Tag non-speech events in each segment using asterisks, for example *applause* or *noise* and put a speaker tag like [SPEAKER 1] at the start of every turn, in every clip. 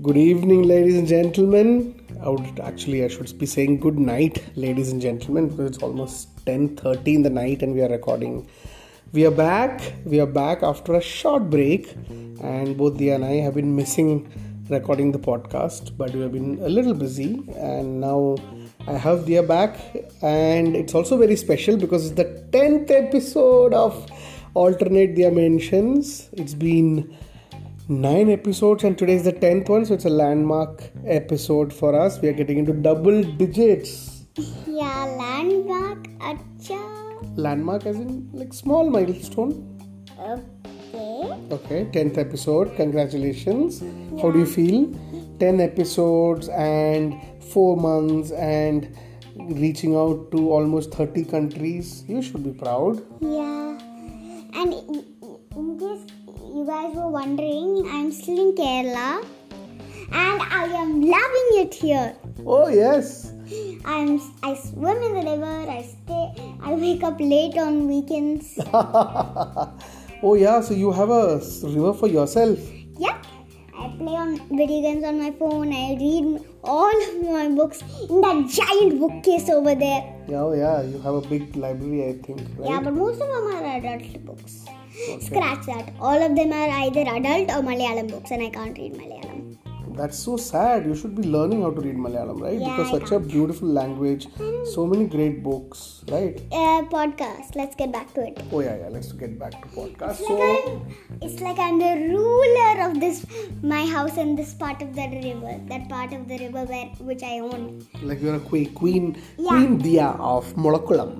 [SPEAKER 1] Good evening, ladies and gentlemen. I would actually I should be saying good night, ladies and gentlemen, because it's almost 10:30 in the night and we are recording. We are back. We are back after a short break, and both Dia and I have been missing recording the podcast, but we have been a little busy, and now I have Dia back, and it's also very special because it's the 10th episode of Alternate Dimensions. It's been nine episodes and today is the 10th one so it's a landmark episode for us we are getting into double digits
[SPEAKER 2] Yeah, landmark acha.
[SPEAKER 1] landmark as in like small milestone
[SPEAKER 2] Okay.
[SPEAKER 1] okay 10th episode congratulations how do you feel 10 episodes and 4 months and reaching out to almost 30 countries you should be proud
[SPEAKER 2] Yeah. And in, in case you guys were wondering, I'm still in Kerala and I am loving it here.
[SPEAKER 1] oh yes *laughs*
[SPEAKER 2] I'm I swim in the river, I stay I wake up late on weekends.
[SPEAKER 1] oh yeah so you have a s- river for yourself
[SPEAKER 2] yeah. I play on video games on my phone. I read all of my books in that giant bookcase over there.
[SPEAKER 1] yeah oh yeah you have a big library i think right?
[SPEAKER 2] Yeah, but most of them are adult books. Scratch that. All of them are either adult or Malayalam books, and I can't read Malayalam.
[SPEAKER 1] That's so sad. You should be learning how to read Malayalam, right?
[SPEAKER 2] Yeah,
[SPEAKER 1] because
[SPEAKER 2] I Hmm.
[SPEAKER 1] such a beautiful language, so many great books, right?
[SPEAKER 2] Uh, podcast. Let's get back to it.
[SPEAKER 1] Oh yeah, yeah. Let's get back to podcast.
[SPEAKER 2] Like
[SPEAKER 1] So
[SPEAKER 2] I'm, it's like I'm the ruler of this my house and this part of the river, that part of the river where which I own.
[SPEAKER 1] like you're a queen, queen,
[SPEAKER 2] Yeah.
[SPEAKER 1] queen Dia of Molakulam.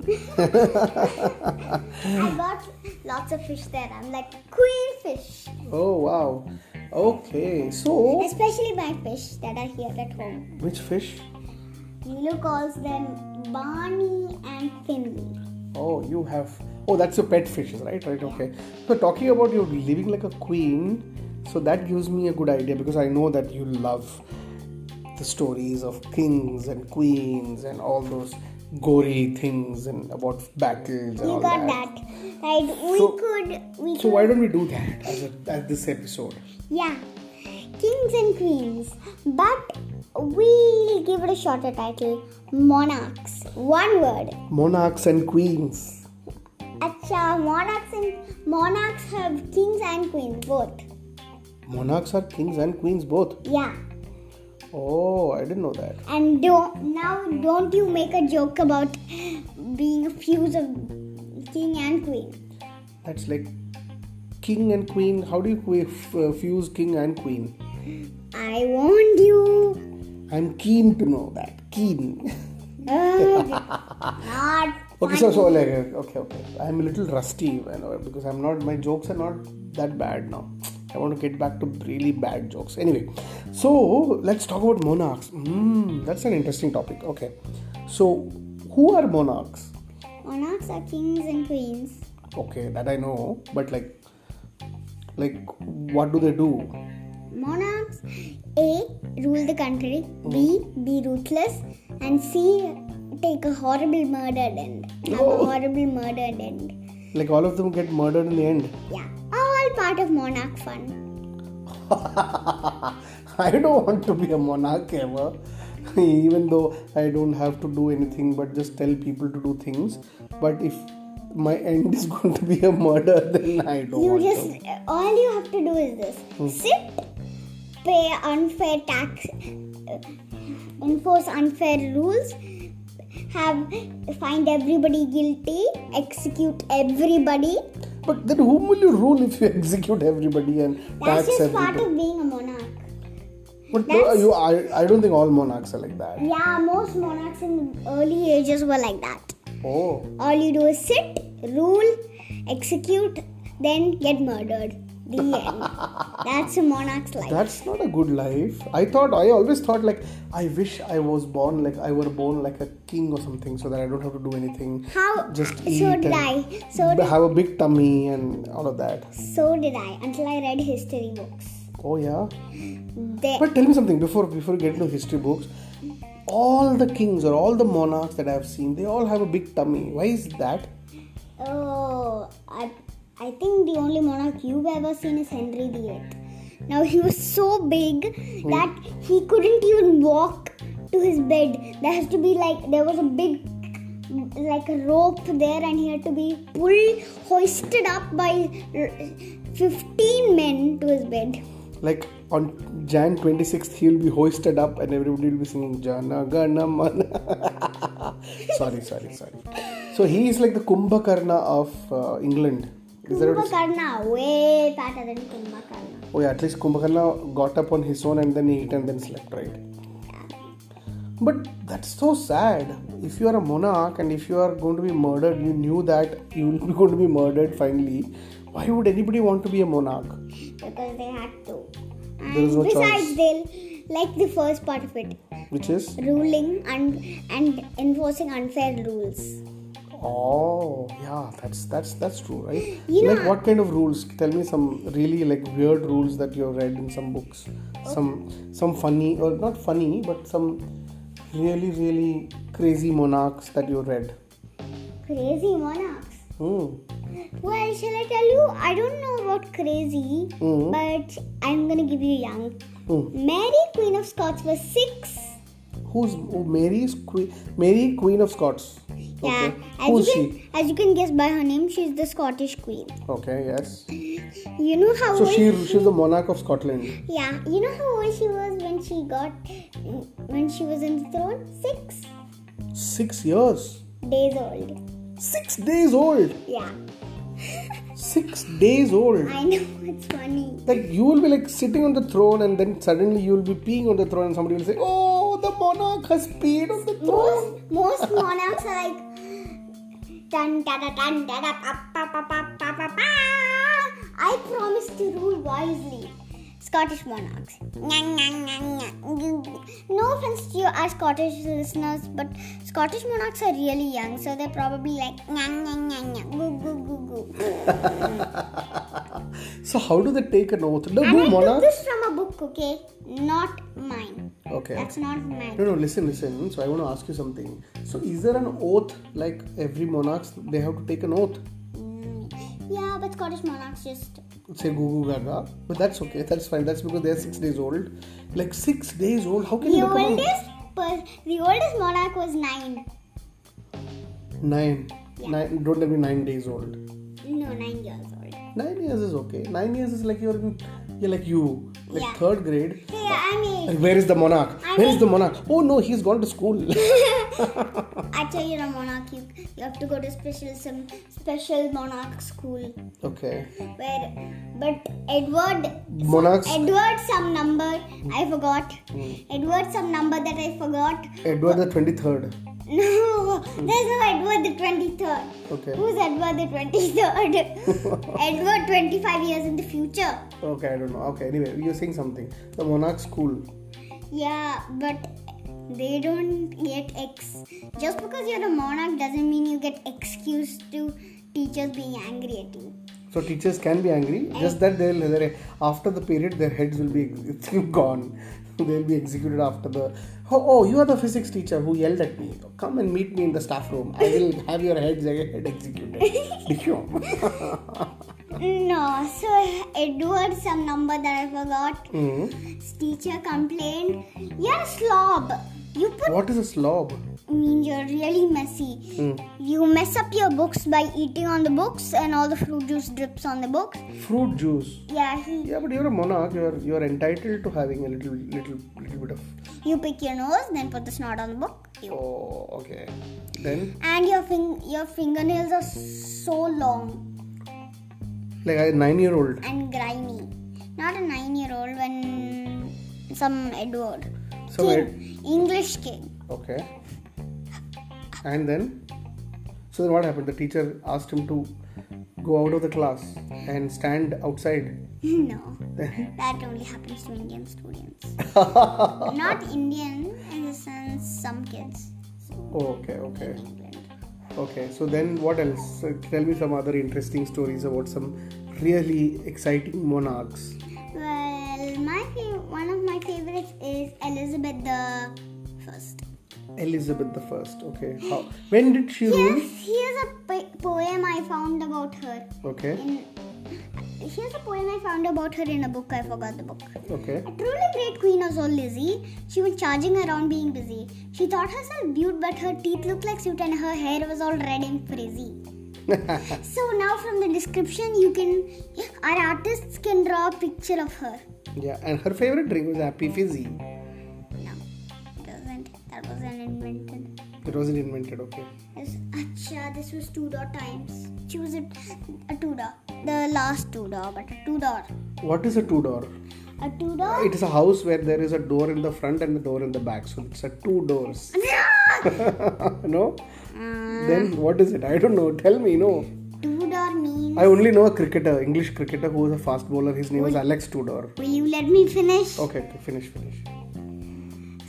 [SPEAKER 1] *sighs*
[SPEAKER 2] I got lots of fish there. I'm like queen fish,
[SPEAKER 1] oh wow. Okay. So
[SPEAKER 2] especially my fish that are here at home.
[SPEAKER 1] which fish?
[SPEAKER 2] Lulu calls them Barney and Finley.
[SPEAKER 1] Oh, you have. Oh, that's your pet fishes, right? Right. Okay. So talking about you living like a queen, so that gives me a good idea because I know that you love the stories of kings and queens and all those gory things and about battles and
[SPEAKER 2] You
[SPEAKER 1] all
[SPEAKER 2] got
[SPEAKER 1] that.
[SPEAKER 2] that. Right? We
[SPEAKER 1] So-
[SPEAKER 2] could. We
[SPEAKER 1] So
[SPEAKER 2] could.
[SPEAKER 1] why don't we do that as, a, as this episode?
[SPEAKER 2] Yeah. Kings and queens. But we'll give it a shorter title Monarchs. One word.
[SPEAKER 1] Monarchs and queens.
[SPEAKER 2] Acha, monarchs and monarchs have kings and queens both.
[SPEAKER 1] Monarchs are kings and queens both.
[SPEAKER 2] Yeah.
[SPEAKER 1] Oh, I didn't know that.
[SPEAKER 2] And don't now don't you make a joke about being a fuse of king and queen.
[SPEAKER 1] That's like king and queen. How do you qu- f- uh, fuse king and queen?
[SPEAKER 2] I warned
[SPEAKER 1] *laughs*
[SPEAKER 2] you.
[SPEAKER 1] I'm keen to know that. Keen. *laughs*
[SPEAKER 2] Ugh. not
[SPEAKER 1] okay, so so like uh, okay, okay. I'm a little rusty you know, because I'm not. My jokes are not that bad now. I want to get back to really bad jokes. Anyway, so let's talk about monarchs. Mm, that's an interesting topic. Okay, so who are monarchs?
[SPEAKER 2] monarchs are kings and queens.
[SPEAKER 1] Okay, that I know, but like, like what do they do?
[SPEAKER 2] Monarchs A. Rule the country. B.
[SPEAKER 1] Oh.
[SPEAKER 2] Be ruthless. And C. Take a horrible murder end. Have
[SPEAKER 1] Oh.
[SPEAKER 2] a horrible murder end.
[SPEAKER 1] Like all of them get murdered in the end.
[SPEAKER 2] Yeah. All part of monarch fun.
[SPEAKER 1] *laughs* I don't want to be a monarch ever. *laughs* Even though I don't have to do anything but just tell people to do things. But if my end is *laughs* going to be a murder, then I don't
[SPEAKER 2] You
[SPEAKER 1] want
[SPEAKER 2] just
[SPEAKER 1] to.
[SPEAKER 2] all you have to do is this:
[SPEAKER 1] Hmm.
[SPEAKER 2] sit, pay unfair tax, uh, enforce unfair rules, have find everybody guilty, execute everybody.
[SPEAKER 1] But then whom will you rule if you *laughs* execute everybody and
[SPEAKER 2] That's
[SPEAKER 1] tax
[SPEAKER 2] just part
[SPEAKER 1] everybody?
[SPEAKER 2] of being a monarch.
[SPEAKER 1] But no, you, I, I don't think all monarchs are like that.
[SPEAKER 2] Yeah, most monarchs in early ages were like that.
[SPEAKER 1] Oh,
[SPEAKER 2] All you do is sit, rule, execute, then get murdered.
[SPEAKER 1] *laughs*
[SPEAKER 2] The end. That's a monarch's life.
[SPEAKER 1] that's not a good life. I thought, I always thought like, I wish I was born like, I were born like a king or something so that I don't have to do anything.
[SPEAKER 2] How
[SPEAKER 1] Just
[SPEAKER 2] so
[SPEAKER 1] eat
[SPEAKER 2] did I.
[SPEAKER 1] and
[SPEAKER 2] So did,
[SPEAKER 1] have a big tummy and all of that.
[SPEAKER 2] so did I until I read history books.
[SPEAKER 1] Oh yeah.
[SPEAKER 2] They,
[SPEAKER 1] But tell me something before before getting to history books. All the kings or all the monarchs that I have seen, they all have a big tummy. Why is that?
[SPEAKER 2] oh, I, I think the only monarch you've ever seen is Henry VIII. Now he was so big that he couldn't even walk to his bed. There has to be like there was a big like a rope there and he had to be pulled hoisted up by r- 15 men to his bed.
[SPEAKER 1] Like on Jan 26th, he'll be hoisted up and everybody will be singing Jana Gana Mana. *laughs* sorry, sorry, sorry. So he is like the Kumbhakarna of uh, England. Is that what it is?
[SPEAKER 2] Kumbhakarna way fatter than Kumbhakarna.
[SPEAKER 1] Oh yeah, at least Kumbhakarna got up on his own and then ate and then slept, right? But that's so sad. If you are a monarch and if you are going to be murdered, you knew that you will be going to be murdered finally. Why would anybody want to be a monarch?
[SPEAKER 2] because they had to. And
[SPEAKER 1] There is no
[SPEAKER 2] besides,
[SPEAKER 1] choice.
[SPEAKER 2] they'll like the first part of it,
[SPEAKER 1] Which is,
[SPEAKER 2] ruling and and enforcing unfair rules.
[SPEAKER 1] oh yeah, that's that's that's true, right?
[SPEAKER 2] You know-
[SPEAKER 1] like what kind of rules? Tell me some really like weird rules that you have read in some books. Some some funny or not funny, but some really really crazy monarchs that you read.
[SPEAKER 2] Crazy monarchs.
[SPEAKER 1] Hmm.
[SPEAKER 2] Well, shall I tell you? I don't know about crazy,
[SPEAKER 1] Mm.
[SPEAKER 2] but I'm gonna give you young.
[SPEAKER 1] Mm.
[SPEAKER 2] Mary, Queen of Scots, was six.
[SPEAKER 1] Who's oh, Mary? Is queen, Mary, Queen of Scots.
[SPEAKER 2] Yeah,
[SPEAKER 1] Okay.
[SPEAKER 2] as
[SPEAKER 1] Who's
[SPEAKER 2] you can
[SPEAKER 1] she?
[SPEAKER 2] as you can guess by her name, she's the Scottish Queen.
[SPEAKER 1] Okay, yes.
[SPEAKER 2] You know how
[SPEAKER 1] So
[SPEAKER 2] old
[SPEAKER 1] she she's the monarch of Scotland.
[SPEAKER 2] Yeah, you know how old she was when she got when she was in the throne? Six
[SPEAKER 1] Six years.
[SPEAKER 2] days old.
[SPEAKER 1] Six days old.
[SPEAKER 2] Yeah,
[SPEAKER 1] Six days old.
[SPEAKER 2] I know *laughs* it's funny.
[SPEAKER 1] Like you will be like sitting on the throne, and then suddenly you will be peeing on the throne, and somebody will say, "Oh, the monarch has peed on the throne." *laughs*
[SPEAKER 2] Most most monarchs are like dun da da dun da da pa pa pa pa pa pa pa. I promise to rule wisely. Scottish monarchs. Nya, nya, nya, nya. You- No offense to you, our Scottish listeners, but Scottish monarchs are really young, so they're probably like nya, nya, nya, nya, goo goo goo goo.
[SPEAKER 1] So how do they take an oath? No,
[SPEAKER 2] And
[SPEAKER 1] do
[SPEAKER 2] I took
[SPEAKER 1] monarchs?
[SPEAKER 2] this from a book, okay? Not mine.
[SPEAKER 1] Okay.
[SPEAKER 2] That's not mine.
[SPEAKER 1] No, no. Listen, listen. So I want to ask you something. So is there an oath like every monarchs they have to take an oath?
[SPEAKER 2] Mm, Yeah, but Scottish monarchs just.
[SPEAKER 1] say goo goo gaga but that's okay that's fine that's because they're six days old like six days old how can
[SPEAKER 2] The
[SPEAKER 1] you become a-
[SPEAKER 2] oldest, per, the oldest monarch was nine.
[SPEAKER 1] nine
[SPEAKER 2] Yeah.
[SPEAKER 1] nine don't let me nine days old
[SPEAKER 2] No, nine years old.
[SPEAKER 1] nine years is okay nine years is like you're in you're like you like
[SPEAKER 2] Yeah.
[SPEAKER 1] third grade
[SPEAKER 2] Hey, I mean, *laughs*
[SPEAKER 1] like where is the monarch
[SPEAKER 2] I
[SPEAKER 1] where is the monarch oh no he's gone to school *laughs*
[SPEAKER 2] actually, you're a monarch. You, you have to go to special some special monarch school
[SPEAKER 1] okay
[SPEAKER 2] where, but Edward
[SPEAKER 1] monarchs
[SPEAKER 2] Edward some number I forgot. Edward some number that I forgot. *laughs*
[SPEAKER 1] edward the 23rd
[SPEAKER 2] No, there's no Edward the twenty third.
[SPEAKER 1] okay
[SPEAKER 2] Who's Edward the 23rd? Edward 25 years in the future.
[SPEAKER 1] okay i don't know okay anyway you're saying something the monarch school
[SPEAKER 2] Yeah, but they don't get ex. Just because you're a monarch doesn't mean you get excused to teachers being angry at you.
[SPEAKER 1] so teachers can be angry just that they'll they're- after the period their heads will be ex- *laughs* gone they'll be executed after the oh, oh you are the physics teacher who yelled at me come and meet me in the staff room i will have your heads uh, head executed
[SPEAKER 2] *laughs* No, so Edward, some number that I forgot,
[SPEAKER 1] *laughs* Hmm.
[SPEAKER 2] his teacher complained, You're a slob. You put
[SPEAKER 1] what is a slob
[SPEAKER 2] means you're really messy.
[SPEAKER 1] Hmm.
[SPEAKER 2] You mess up your books by eating on the books and all the fruit juice drips on the books.
[SPEAKER 1] fruit juice
[SPEAKER 2] Yeah, he
[SPEAKER 1] yeah but you're a monarch you're you're entitled to having a little little little bit of
[SPEAKER 2] You pick your nose, then put the snot on the book. You.
[SPEAKER 1] oh okay then
[SPEAKER 2] And your fing- your fingernails are so long
[SPEAKER 1] like a nine year old
[SPEAKER 2] and grimy. Not a nine year old when some Edward.
[SPEAKER 1] so wait
[SPEAKER 2] King. English king.
[SPEAKER 1] okay and then so then what happened the teacher asked him to go out of the class and stand outside
[SPEAKER 2] *laughs*
[SPEAKER 1] *laughs*
[SPEAKER 2] no.
[SPEAKER 1] then
[SPEAKER 2] That only happens to Indian students. Not Indian in the sense some kids
[SPEAKER 1] okay okay
[SPEAKER 2] in England.
[SPEAKER 1] okay so then what else So tell me some other interesting stories about some really exciting monarchs
[SPEAKER 2] Well, my fav- one of my favorites is Elizabeth the First.
[SPEAKER 1] elizabeth the first okay How, when did she rule
[SPEAKER 2] Here's, here's a po- poem I found about her.
[SPEAKER 1] okay
[SPEAKER 2] In, here's a poem I found about her in a book. I forgot the book.
[SPEAKER 1] Okay. *laughs*
[SPEAKER 2] A truly great queen was old Lizzie. She was charging around being busy. She thought herself beaut, but her teeth looked like soot and her hair was all red and frizzy. so now from the description you can our artists can draw a picture of her.
[SPEAKER 1] Yeah, and her favorite drink was Happy Fizzy.
[SPEAKER 2] No. It wasn't. That wasn't invented.
[SPEAKER 1] It wasn't invented, okay.
[SPEAKER 2] Yes. Acha, this was two door times. She was a, a two door. The last two door, but a two door.
[SPEAKER 1] What is a two door?
[SPEAKER 2] A two door.
[SPEAKER 1] It is a house where there is a door in the front and a door in the back. So it's a two doors. *laughs* no? Then what is it? I don't know. Tell me, no.
[SPEAKER 2] two door means.
[SPEAKER 1] I only know a cricketer, English cricketer who was a fast bowler. His name was Alex Tudor.
[SPEAKER 2] Will you let me finish?
[SPEAKER 1] Okay, okay, finish, finish.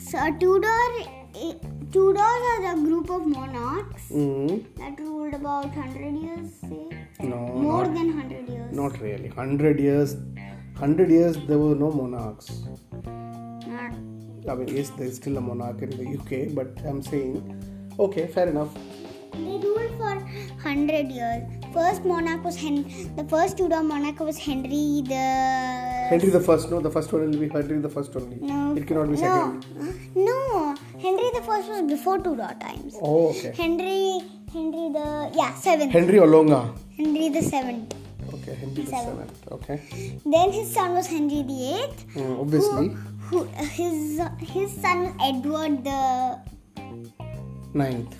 [SPEAKER 2] So a Tudor, eh, Tudors are the group of monarchs
[SPEAKER 1] Mm,
[SPEAKER 2] that ruled about 100 years, say,
[SPEAKER 1] no,
[SPEAKER 2] more
[SPEAKER 1] not,
[SPEAKER 2] than 100 years.
[SPEAKER 1] not really. 100 years, 100 years there were no monarchs.
[SPEAKER 2] Not-
[SPEAKER 1] I mean, yes, there is still a monarch in the UK, but I'm saying, okay, fair enough.
[SPEAKER 2] they ruled for 100 years. First monarch was Hen- the first Tudor monarch was Henry the
[SPEAKER 1] Henry the first, no, the first one will be Henry the first only.
[SPEAKER 2] No.
[SPEAKER 1] It cannot be
[SPEAKER 2] no,
[SPEAKER 1] second.
[SPEAKER 2] no. Henry the first was before Tudor times.
[SPEAKER 1] Oh, okay.
[SPEAKER 2] Henry, Henry the yeah seventh.
[SPEAKER 1] Henry Olonga.
[SPEAKER 2] Henry the seventh.
[SPEAKER 1] Okay, Henry the
[SPEAKER 2] Seventh.
[SPEAKER 1] seventh. Okay,
[SPEAKER 2] Then his son was Henry the eighth.
[SPEAKER 1] Mm, obviously
[SPEAKER 2] Who, who his his son was Edward the
[SPEAKER 1] ninth,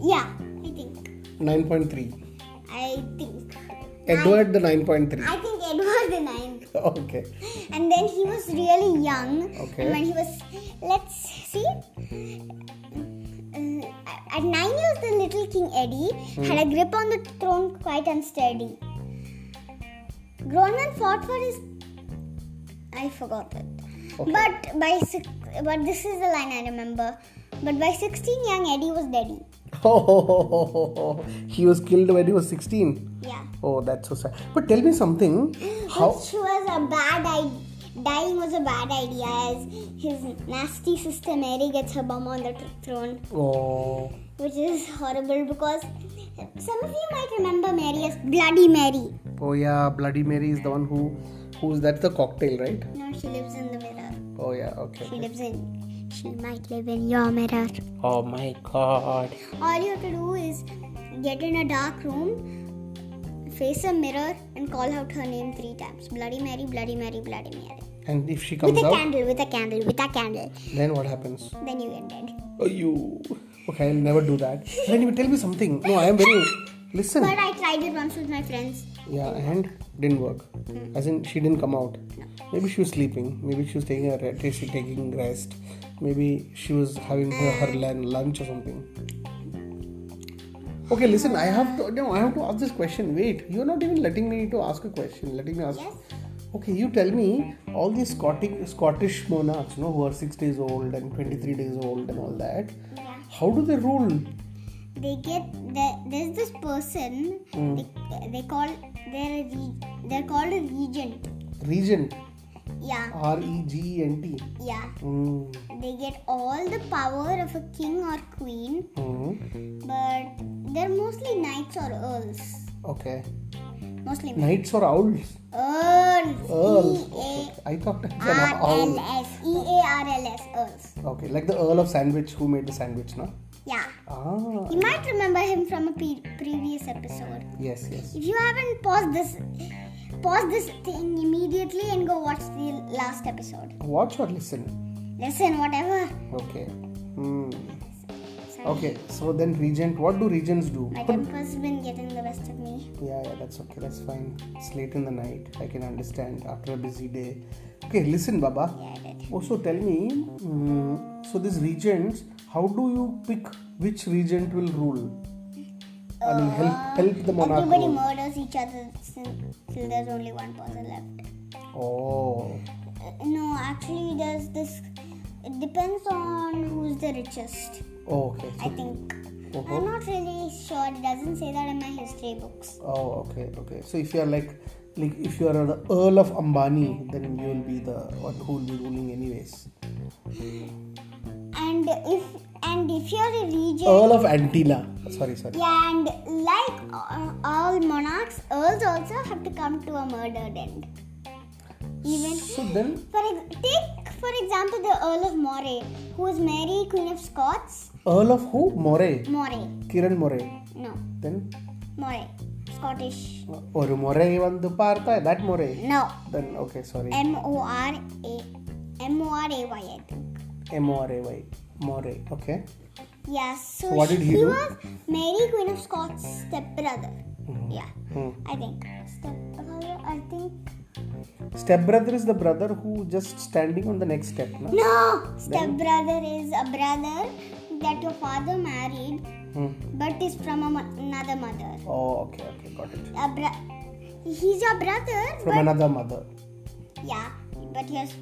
[SPEAKER 2] yeah I think
[SPEAKER 1] nine point three.
[SPEAKER 2] I think
[SPEAKER 1] Edward the nine point three.
[SPEAKER 2] I think Edward the ninth
[SPEAKER 1] Okay. *laughs*
[SPEAKER 2] and then he was really young
[SPEAKER 1] Okay.
[SPEAKER 2] and when he was let's see uh, at nine years the little King Eddie
[SPEAKER 1] Hmm.
[SPEAKER 2] had a grip on the throne quite unsteady. Grown man fought for his I forgot it.
[SPEAKER 1] Okay.
[SPEAKER 2] But by six, but this is the line I remember. But by 16, young Eddie was daddy.
[SPEAKER 1] Oh, he was killed when he was sixteen.
[SPEAKER 2] Yeah.
[SPEAKER 1] Oh, that's so sad. But tell me something.
[SPEAKER 2] *gasps*
[SPEAKER 1] How?
[SPEAKER 2] Which was a bad idea. Dying was a bad idea as his nasty sister Mary gets her bum on the tr- throne,
[SPEAKER 1] Oh,
[SPEAKER 2] which is horrible because some of you might remember Mary as Bloody Mary.
[SPEAKER 1] oh yeah. Bloody Mary is the one who, who's that's the cocktail, right?
[SPEAKER 2] No, she lives in the mirror.
[SPEAKER 1] Oh yeah. Okay.
[SPEAKER 2] She lives in. She might live in your mirror.
[SPEAKER 1] Oh my God.
[SPEAKER 2] All you have to do is get in a dark room, face a mirror, and call out her name three times Bloody Mary, Bloody Mary, Bloody Mary.
[SPEAKER 1] And if she
[SPEAKER 2] With
[SPEAKER 1] comes
[SPEAKER 2] a
[SPEAKER 1] out,
[SPEAKER 2] candle, with a candle, with a candle.
[SPEAKER 1] then what happens?
[SPEAKER 2] Then you get dead.
[SPEAKER 1] Oh, you. Okay, I'll never do that. And you tell me something. No, I am very. Listen.
[SPEAKER 2] But I tried it once with my friends.
[SPEAKER 1] Yeah, and didn't work.
[SPEAKER 2] Hmm.
[SPEAKER 1] As in, she didn't come out. Maybe she was sleeping. Maybe she was taking a rest. She taking rest. Maybe she was having her, her lan- lunch or something. Okay, listen. I have to. No, I have to ask this question. Wait, you're not even letting me to ask a question. Letting me ask.
[SPEAKER 2] Yes.
[SPEAKER 1] Okay, you tell me all these Scottish Scottish monarchs, you know, who are six days old and twenty-three days old and all that.
[SPEAKER 2] Yeah.
[SPEAKER 1] How do they rule?
[SPEAKER 2] They get there, there's this person. They, they call they're a reg, they're called a regent.
[SPEAKER 1] Regent,
[SPEAKER 2] Yeah,
[SPEAKER 1] R E G E N T.
[SPEAKER 2] yeah.
[SPEAKER 1] Mm.
[SPEAKER 2] They get all the power of a king or queen,
[SPEAKER 1] Mm.
[SPEAKER 2] but they're mostly knights or earls.
[SPEAKER 1] Okay.
[SPEAKER 2] Mostly men.
[SPEAKER 1] Knights or owls?
[SPEAKER 2] earls.
[SPEAKER 1] Earls.
[SPEAKER 2] E
[SPEAKER 1] Okay. I thought it was
[SPEAKER 2] A
[SPEAKER 1] an
[SPEAKER 2] R L
[SPEAKER 1] owl.
[SPEAKER 2] S E A R L S earls.
[SPEAKER 1] Okay, like the Earl of Sandwich who made the sandwich, no?
[SPEAKER 2] Yeah.
[SPEAKER 1] Ah,
[SPEAKER 2] You might remember him from a pre- previous episode.
[SPEAKER 1] yes, yes.
[SPEAKER 2] If you haven't paused this, pause this thing immediately and go watch the last episode.
[SPEAKER 1] Watch or listen?
[SPEAKER 2] Listen, whatever.
[SPEAKER 1] Okay. Hmm.
[SPEAKER 2] Sorry.
[SPEAKER 1] Okay, so then regent, what do regents do?
[SPEAKER 2] My
[SPEAKER 1] But-
[SPEAKER 2] temper's been getting the best of me.
[SPEAKER 1] yeah, yeah, that's okay, that's fine. It's late in the night, I can understand after a busy day. Okay, listen, Baba.
[SPEAKER 2] Yeah, I did.
[SPEAKER 1] Also, tell me, mm, so these regents, how do you pick which regent will rule? I mean, help, help the monarch.
[SPEAKER 2] Everybody
[SPEAKER 1] rule.
[SPEAKER 2] murders each other sin- till there's only one person left.
[SPEAKER 1] Oh,
[SPEAKER 2] Uh, no, actually, there's this. It depends on who's the richest,
[SPEAKER 1] oh okay.
[SPEAKER 2] I think. I'm
[SPEAKER 1] Uh-huh.
[SPEAKER 2] not really sure. It doesn't say that in my history books.
[SPEAKER 1] Oh, okay, okay. So if you are like, like if you are the Earl of Ambani, then you will be the one who will be ruling anyways.
[SPEAKER 2] And if and if you're a regent,
[SPEAKER 1] Earl of Antila. Sorry, sorry.
[SPEAKER 2] Yeah, and like uh, all monarchs, earls also have to come to a murdered end. Even
[SPEAKER 1] So then,
[SPEAKER 2] for ex- take for example the Earl of Moray, who was Mary Queen of Scots.
[SPEAKER 1] Earl of who? Moray.
[SPEAKER 2] Moray,
[SPEAKER 1] Kiran Moray.
[SPEAKER 2] no,
[SPEAKER 1] Then,
[SPEAKER 2] Moray, Scottish.
[SPEAKER 1] Oru Moray vandu paartha, that Moray.
[SPEAKER 2] No,
[SPEAKER 1] Then, okay, sorry.
[SPEAKER 2] M O R A M O R A Y I think.
[SPEAKER 1] M O R A Y. Moray. Okay.
[SPEAKER 2] Yeah. So,
[SPEAKER 1] So what did he
[SPEAKER 2] she
[SPEAKER 1] do?
[SPEAKER 2] was Mary Queen of Scots' stepbrother. Yeah,
[SPEAKER 1] Hmm.
[SPEAKER 2] I think stepbrother. I think
[SPEAKER 1] Stepbrother is the brother who just standing on the next step. No?
[SPEAKER 2] No, stepbrother is a brother that your father married
[SPEAKER 1] Hmm.
[SPEAKER 2] but is from a mo- another mother.
[SPEAKER 1] Oh, okay, okay, got it.
[SPEAKER 2] A bro- he's your brother,
[SPEAKER 1] From another mother.
[SPEAKER 2] but yeah, but he has,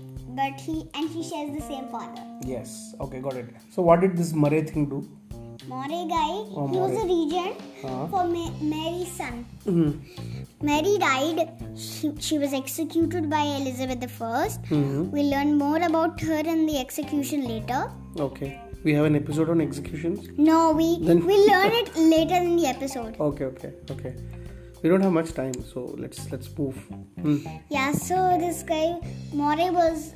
[SPEAKER 2] but he and he shares the same father.
[SPEAKER 1] Yes, okay, got it. So, what did this Moray thing do?
[SPEAKER 2] Moray guy,
[SPEAKER 1] Oh,
[SPEAKER 2] he was a regent
[SPEAKER 1] Huh?
[SPEAKER 2] for Ma- Mary's son.
[SPEAKER 1] Mm-hmm.
[SPEAKER 2] Mary died. She, she was executed by Elizabeth I.
[SPEAKER 1] Mm-hmm.
[SPEAKER 2] We'll learn more about her and the execution later.
[SPEAKER 1] Okay. We have an episode on executions.
[SPEAKER 2] No, we
[SPEAKER 1] Then-
[SPEAKER 2] we'll learn it later in the episode.
[SPEAKER 1] Okay, okay, okay. We don't have much time, so let's let's move. Mm.
[SPEAKER 2] Yeah, so this guy Moray was,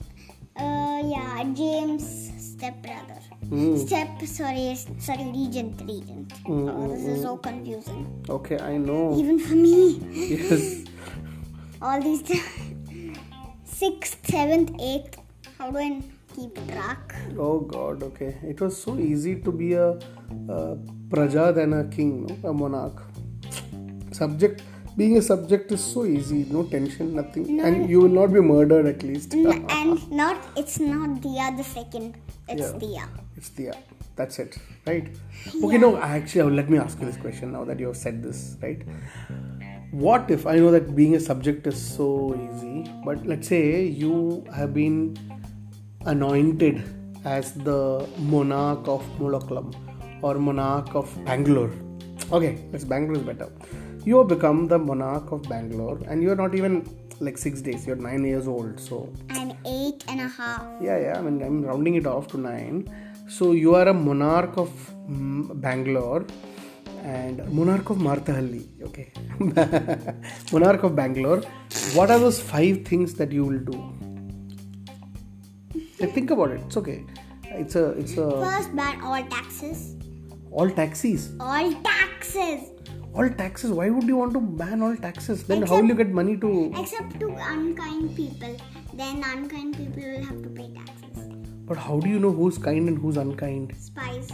[SPEAKER 2] uh, yeah, James' stepbrother.
[SPEAKER 1] Mm.
[SPEAKER 2] Step, sorry, s- sorry, regent, regent.
[SPEAKER 1] Mm,
[SPEAKER 2] Oh, this is so confusing,
[SPEAKER 1] Okay, I know. *laughs*
[SPEAKER 2] even for me.
[SPEAKER 1] Yes.
[SPEAKER 2] All these *laughs* sixth, seventh, eighth. How do I keep track?
[SPEAKER 1] Oh God. Okay. It was so easy to be a, uh praja than a king, no? a monarch. Subject. Being a subject is so easy. No tension, nothing, and you will not be murdered at least.
[SPEAKER 2] N- and not, it's not Dia the second. It's
[SPEAKER 1] Yeah.
[SPEAKER 2] Dia.
[SPEAKER 1] It's the that's it, right? Okay, no, actually, let me ask you this question now that you have said this, right? What if I know that being a subject is so easy, but let's say you have been anointed as the monarch of Mulakulam or monarch of Bangalore. Okay, let's Bangalore is better. You have become the monarch of Bangalore, and you're not even like six days. You're nine years old, so
[SPEAKER 2] I'm eight and a half.
[SPEAKER 1] yeah, yeah. I mean, I'm rounding it off to nine. So you are a monarch of mm, Bangalore and monarch of Marthahalli. Okay, *laughs* monarch of Bangalore. What are those five things that you will do? Like, think about it. It's okay. It's a, it's a.
[SPEAKER 2] First, ban all taxes.
[SPEAKER 1] All taxis.
[SPEAKER 2] All taxes.
[SPEAKER 1] All taxes. Why would you want to ban all taxes? Then how will you get money to?
[SPEAKER 2] Except to unkind people. Then unkind people will have to pay taxes.
[SPEAKER 1] But how do you know who's kind and who's unkind?
[SPEAKER 2] Spies.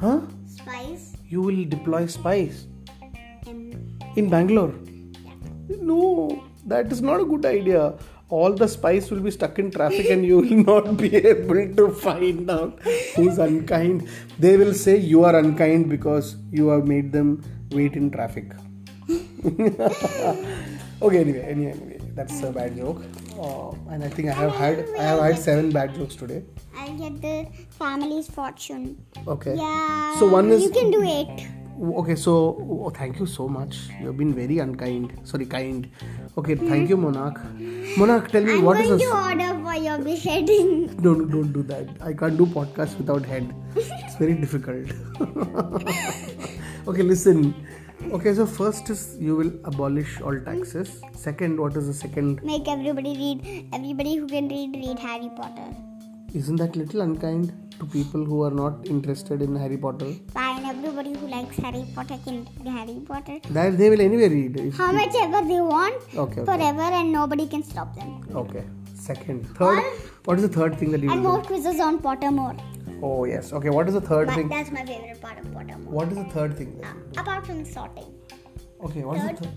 [SPEAKER 1] Huh?
[SPEAKER 2] Spies.
[SPEAKER 1] You will deploy spies.
[SPEAKER 2] Um,
[SPEAKER 1] in Bangalore. No, that is not a good idea. All the spies will be stuck in traffic and you will not be *laughs* able to find out who's unkind. They will say you are unkind because you have made them wait in traffic. *laughs* okay, anyway, anyway, anyway, that's a bad joke. Uh, and I think I have had I have had seven bad jokes today.
[SPEAKER 2] I'll get the family's fortune.
[SPEAKER 1] Okay.
[SPEAKER 2] Yeah.
[SPEAKER 1] So one is
[SPEAKER 2] You can do it.
[SPEAKER 1] Okay, so oh, thank you so much. You have been very unkind. Sorry, kind. Okay, thank you, Monarch. Monarch, tell me
[SPEAKER 2] I'm
[SPEAKER 1] what is
[SPEAKER 2] going
[SPEAKER 1] a.
[SPEAKER 2] to order for your beheading.
[SPEAKER 1] No, no, don't do that. I can't do podcast without head. It's very difficult. *laughs* okay, listen. Okay, so first is you will abolish all taxes. Second, what is the second?
[SPEAKER 2] *laughs* Make everybody read. Everybody who can read, read Harry Potter.
[SPEAKER 1] Isn't that little unkind to people who are not interested in Harry Potter?
[SPEAKER 2] Fine. Everybody who likes Harry Potter can read Harry Potter.
[SPEAKER 1] That they will anyway read. If-
[SPEAKER 2] How much ever they want.
[SPEAKER 1] Okay, okay.
[SPEAKER 2] Forever and nobody can stop them.
[SPEAKER 1] Okay. Second. Third. What is the third thing that you
[SPEAKER 2] And
[SPEAKER 1] will
[SPEAKER 2] more quizzes on Pottermore.
[SPEAKER 1] do? Oh yes. Okay. What is the third
[SPEAKER 2] But
[SPEAKER 1] thing?
[SPEAKER 2] that's my favorite part of Pottermore.
[SPEAKER 1] What is the third thing? then?
[SPEAKER 2] Apart from sorting.
[SPEAKER 1] Okay, what is
[SPEAKER 2] Third?
[SPEAKER 1] the third?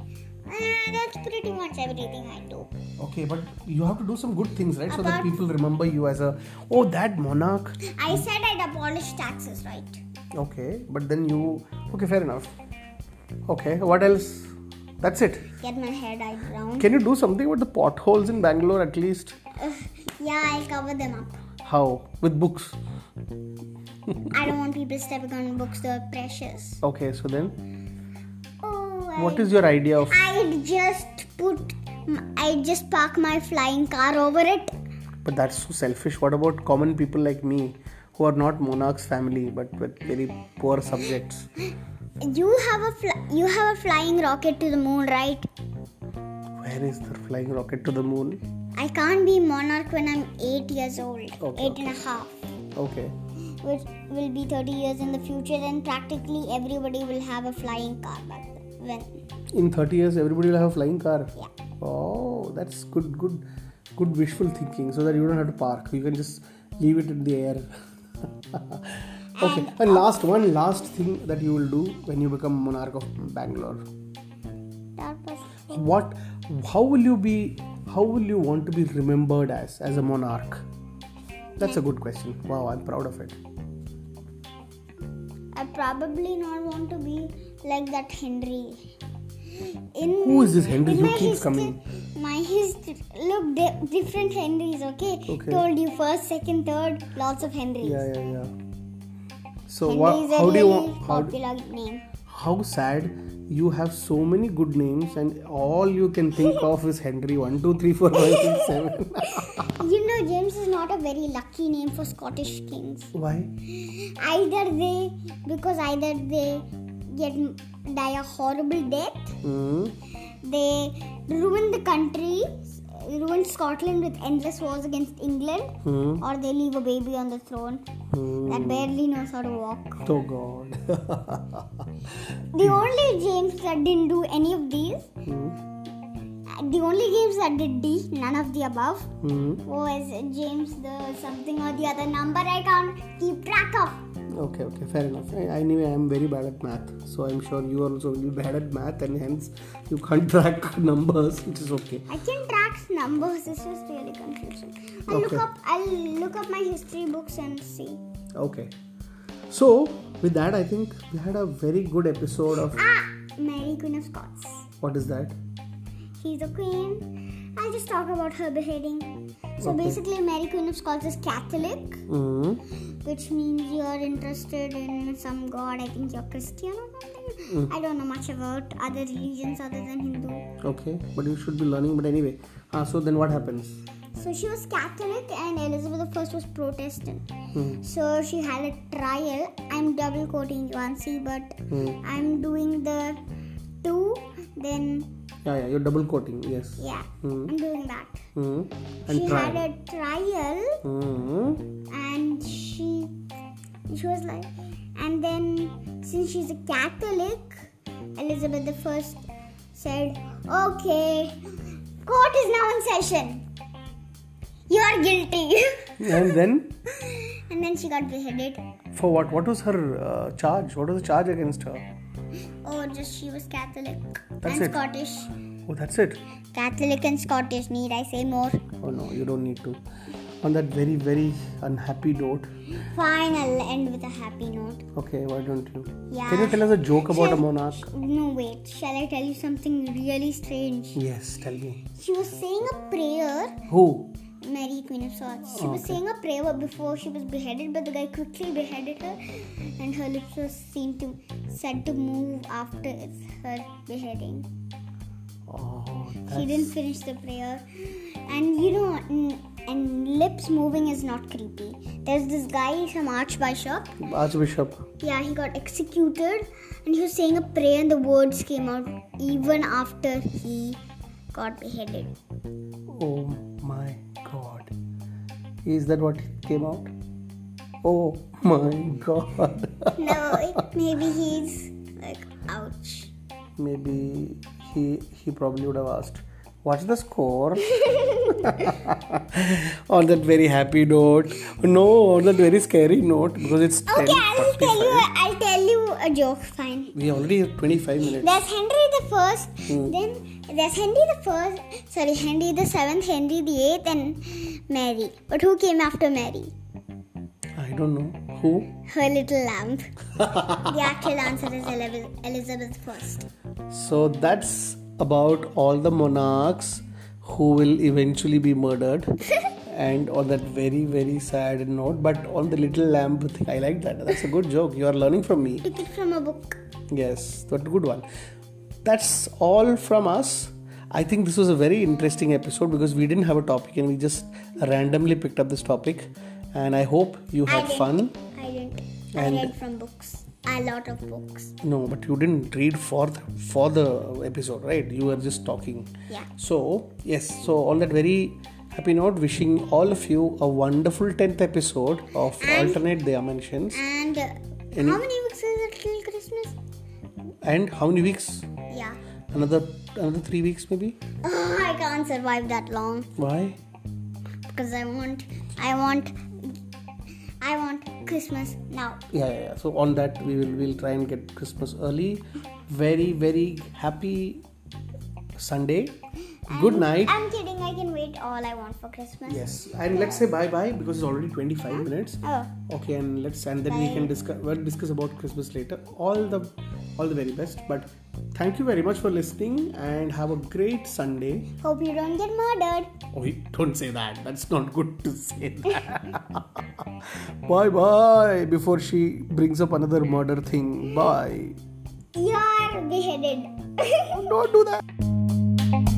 [SPEAKER 2] Uh, that's pretty much everything I do.
[SPEAKER 1] Okay, but you have to do some good things, right? So that
[SPEAKER 2] Apart-
[SPEAKER 1] people remember you as a oh that monarch.
[SPEAKER 2] I said I'd abolish taxes, right?
[SPEAKER 1] Okay, but then you okay, fair enough. Okay, what else? That's it.
[SPEAKER 2] Get my hair dyed brown.
[SPEAKER 1] Can you do something about the potholes in Bangalore at least?
[SPEAKER 2] Ugh, yeah, I'll cover them up.
[SPEAKER 1] How? With books.
[SPEAKER 2] I don't want people stepping on books, they're precious.
[SPEAKER 1] Okay, so then
[SPEAKER 2] Oh, I,
[SPEAKER 1] what is your idea of
[SPEAKER 2] I'd just put, I'd just park my flying car over it.
[SPEAKER 1] but that's so selfish. What about common people like me who are not monarch's family but with very poor subjects?
[SPEAKER 2] You have a fl- you have a flying rocket to the moon, right?
[SPEAKER 1] Where is the flying rocket to the moon?
[SPEAKER 2] I can't be monarch when I'm eight years old,
[SPEAKER 1] Okay,
[SPEAKER 2] eight and a half,
[SPEAKER 1] Okay.
[SPEAKER 2] which will be 30 years in the future, and practically everybody will have a flying car back then. When
[SPEAKER 1] In 30 years, everybody will have a flying car.
[SPEAKER 2] yeah,
[SPEAKER 1] Oh, that's good, good, good wishful thinking. So that you don't have to park, you can just leave it in the air. *laughs* okay. And last one, last thing that you will do when you become monarch of Bangalore.
[SPEAKER 2] that was
[SPEAKER 1] What? How will you be? How will you want to be remembered as as a monarch? That's a good question. Wow, I'm proud of it.
[SPEAKER 2] I probably not want to be like that Henry. In
[SPEAKER 1] Who is this Henry
[SPEAKER 2] in
[SPEAKER 1] who
[SPEAKER 2] my
[SPEAKER 1] keeps
[SPEAKER 2] history,
[SPEAKER 1] coming?
[SPEAKER 2] My history. Look, di- different Henrys. Okay?
[SPEAKER 1] Okay.
[SPEAKER 2] Told you first, second, third. Lots of Henrys.
[SPEAKER 1] Yeah, yeah, yeah. So
[SPEAKER 2] Henry
[SPEAKER 1] what?
[SPEAKER 2] is a
[SPEAKER 1] How do
[SPEAKER 2] really
[SPEAKER 1] you want? How, do-
[SPEAKER 2] popular name.
[SPEAKER 1] how sad you have so many good names and all you can think of is henry One, two, three, four, five, six, seven. *laughs*
[SPEAKER 2] You know, James is not a very lucky name for Scottish kings.
[SPEAKER 1] why
[SPEAKER 2] Either they, because either they get die a horrible death,
[SPEAKER 1] Hmm.
[SPEAKER 2] they ruin the country, ruin Scotland with endless wars against England,
[SPEAKER 1] Hmm.
[SPEAKER 2] or they leave a baby on the throne
[SPEAKER 1] Hmm.
[SPEAKER 2] that barely knows how to walk.
[SPEAKER 1] oh god *laughs*
[SPEAKER 2] The only James that didn't do any of these,
[SPEAKER 1] Hmm.
[SPEAKER 2] the only James that did D, none of the above,
[SPEAKER 1] Hmm.
[SPEAKER 2] was James the something or the other number I can't keep track of.
[SPEAKER 1] okay okay fair enough I, anyway i'm very bad at math so i'm sure you are also very bad at math and hence you can't *laughs* track numbers which is okay
[SPEAKER 2] I can track numbers. This is really confusing. I'll look
[SPEAKER 1] Okay.
[SPEAKER 2] up. I'll look up my history books and see.
[SPEAKER 1] okay so with that i think we had a very good episode of
[SPEAKER 2] Ah, Mary Queen of Scots.
[SPEAKER 1] what is that
[SPEAKER 2] She's a queen. I'll just talk about her beheading. So
[SPEAKER 1] Okay.
[SPEAKER 2] basically, Mary Queen of Scots is Catholic,
[SPEAKER 1] Hmm.
[SPEAKER 2] which means you're interested in some god. I think you're Christian or
[SPEAKER 1] Mm.
[SPEAKER 2] something. I don't know much about other religions other than Hindu.
[SPEAKER 1] okay but you should be learning but anyway Ah. so then what happens
[SPEAKER 2] So she was Catholic and Elizabeth I was Protestant.
[SPEAKER 1] Hmm.
[SPEAKER 2] So she had a trial. I'm double quoting Yancy, but
[SPEAKER 1] Hmm.
[SPEAKER 2] I'm doing the two. Then
[SPEAKER 1] yeah yeah you're double quoting yes
[SPEAKER 2] yeah,
[SPEAKER 1] Hmm.
[SPEAKER 2] I'm doing that.
[SPEAKER 1] Hmm. And
[SPEAKER 2] she
[SPEAKER 1] try.
[SPEAKER 2] had a trial
[SPEAKER 1] Hmm.
[SPEAKER 2] and she she was like, and then since she's a Catholic, Elizabeth the First said, okay, court is now in session. You are guilty. *laughs*
[SPEAKER 1] And then,
[SPEAKER 2] and then she got beheaded.
[SPEAKER 1] for what? What was her uh, charge? What was the charge against her?
[SPEAKER 2] Oh, just she was Catholic
[SPEAKER 1] That's
[SPEAKER 2] and
[SPEAKER 1] it.
[SPEAKER 2] Scottish.
[SPEAKER 1] Oh, that's it.
[SPEAKER 2] Catholic and Scottish, need I say more?
[SPEAKER 1] Oh no, you don't need to. On that very, very unhappy note.
[SPEAKER 2] Fine, I'll end with a happy note.
[SPEAKER 1] Okay, why don't you?
[SPEAKER 2] Yeah.
[SPEAKER 1] Can you tell us a joke about a
[SPEAKER 2] Shall-
[SPEAKER 1] monarch?
[SPEAKER 2] No, wait. Shall I tell you something really strange?
[SPEAKER 1] Yes, tell me.
[SPEAKER 2] She was saying a prayer,
[SPEAKER 1] Who?
[SPEAKER 2] Mary Queen of Scots. She was saying a prayer before she was beheaded, but the guy quickly beheaded her, and her lips were seen to said to move after her beheading.
[SPEAKER 1] Oh,
[SPEAKER 2] She
[SPEAKER 1] that's,
[SPEAKER 2] didn't finish the prayer. And you know, n- and lips moving is not creepy. There's this guy, some archbishop.
[SPEAKER 1] Archbishop.
[SPEAKER 2] Yeah, he got executed and he was saying a prayer and the words came out even after he got beheaded.
[SPEAKER 1] Oh my God. Is that what came out? Oh my God. *laughs*
[SPEAKER 2] No, maybe he's like, ouch.
[SPEAKER 1] maybe he he probably would have asked what's the score *laughs* on that very happy note no on that very scary note because it's
[SPEAKER 2] Okay,
[SPEAKER 1] 10
[SPEAKER 2] I'll tell you. I'll tell you a joke. Fine.
[SPEAKER 1] we already have 25 minutes
[SPEAKER 2] There's Henry the First. Then there's Henry the First. Sorry, Henry the Seventh, Henry the Eighth, and Mary. But who came after Mary?
[SPEAKER 1] i don't know who
[SPEAKER 2] Her little lamb. the actual answer is Eliz- Elizabeth First. *laughs*
[SPEAKER 1] so that's about all the monarchs who will eventually be murdered and on that very very sad note but on the little lamb thing i like that that's a good joke you are learning from me
[SPEAKER 2] Took it from a book.
[SPEAKER 1] Yes, that's a good one. That's all from us. I think this was a very interesting episode because we didn't have a topic and we just randomly picked up this topic. And I hope you
[SPEAKER 2] I
[SPEAKER 1] had
[SPEAKER 2] didn't.
[SPEAKER 1] fun.
[SPEAKER 2] I didn't. I
[SPEAKER 1] And-
[SPEAKER 2] read from books. a lot of books.
[SPEAKER 1] No, but you didn't read for the, for the episode, right? You were just talking.
[SPEAKER 2] Yeah.
[SPEAKER 1] So yes, so on that very happy note, wishing all of you a wonderful tenth episode of alternate dimensions.
[SPEAKER 2] And uh,
[SPEAKER 1] Any-
[SPEAKER 2] how many weeks is it till Christmas?
[SPEAKER 1] And how many weeks?
[SPEAKER 2] Yeah. *laughs*
[SPEAKER 1] Another another three weeks maybe.
[SPEAKER 2] Oh, I can't survive that long
[SPEAKER 1] Why?
[SPEAKER 2] because I want, I want, I want Christmas now.
[SPEAKER 1] Yeah, yeah, yeah. So on that we will we'll try and get Christmas early. Very very happy Sunday. Good night.
[SPEAKER 2] I'm kidding. I can wait all I want for Christmas.
[SPEAKER 1] Yes, and let's say bye bye because it's already 25 minutes.
[SPEAKER 2] Oh,
[SPEAKER 1] Okay, and let's and then we can discuss we'll discuss about Christmas later. All the all the very best. But thank you very much for listening and have a great Sunday.
[SPEAKER 2] hope you don't get murdered.
[SPEAKER 1] Oh, you- don't say that. That's not good to say that. *laughs* bye bye. Before she brings up another murder thing. Bye.
[SPEAKER 2] You are beheaded. *laughs*
[SPEAKER 1] Don't do that.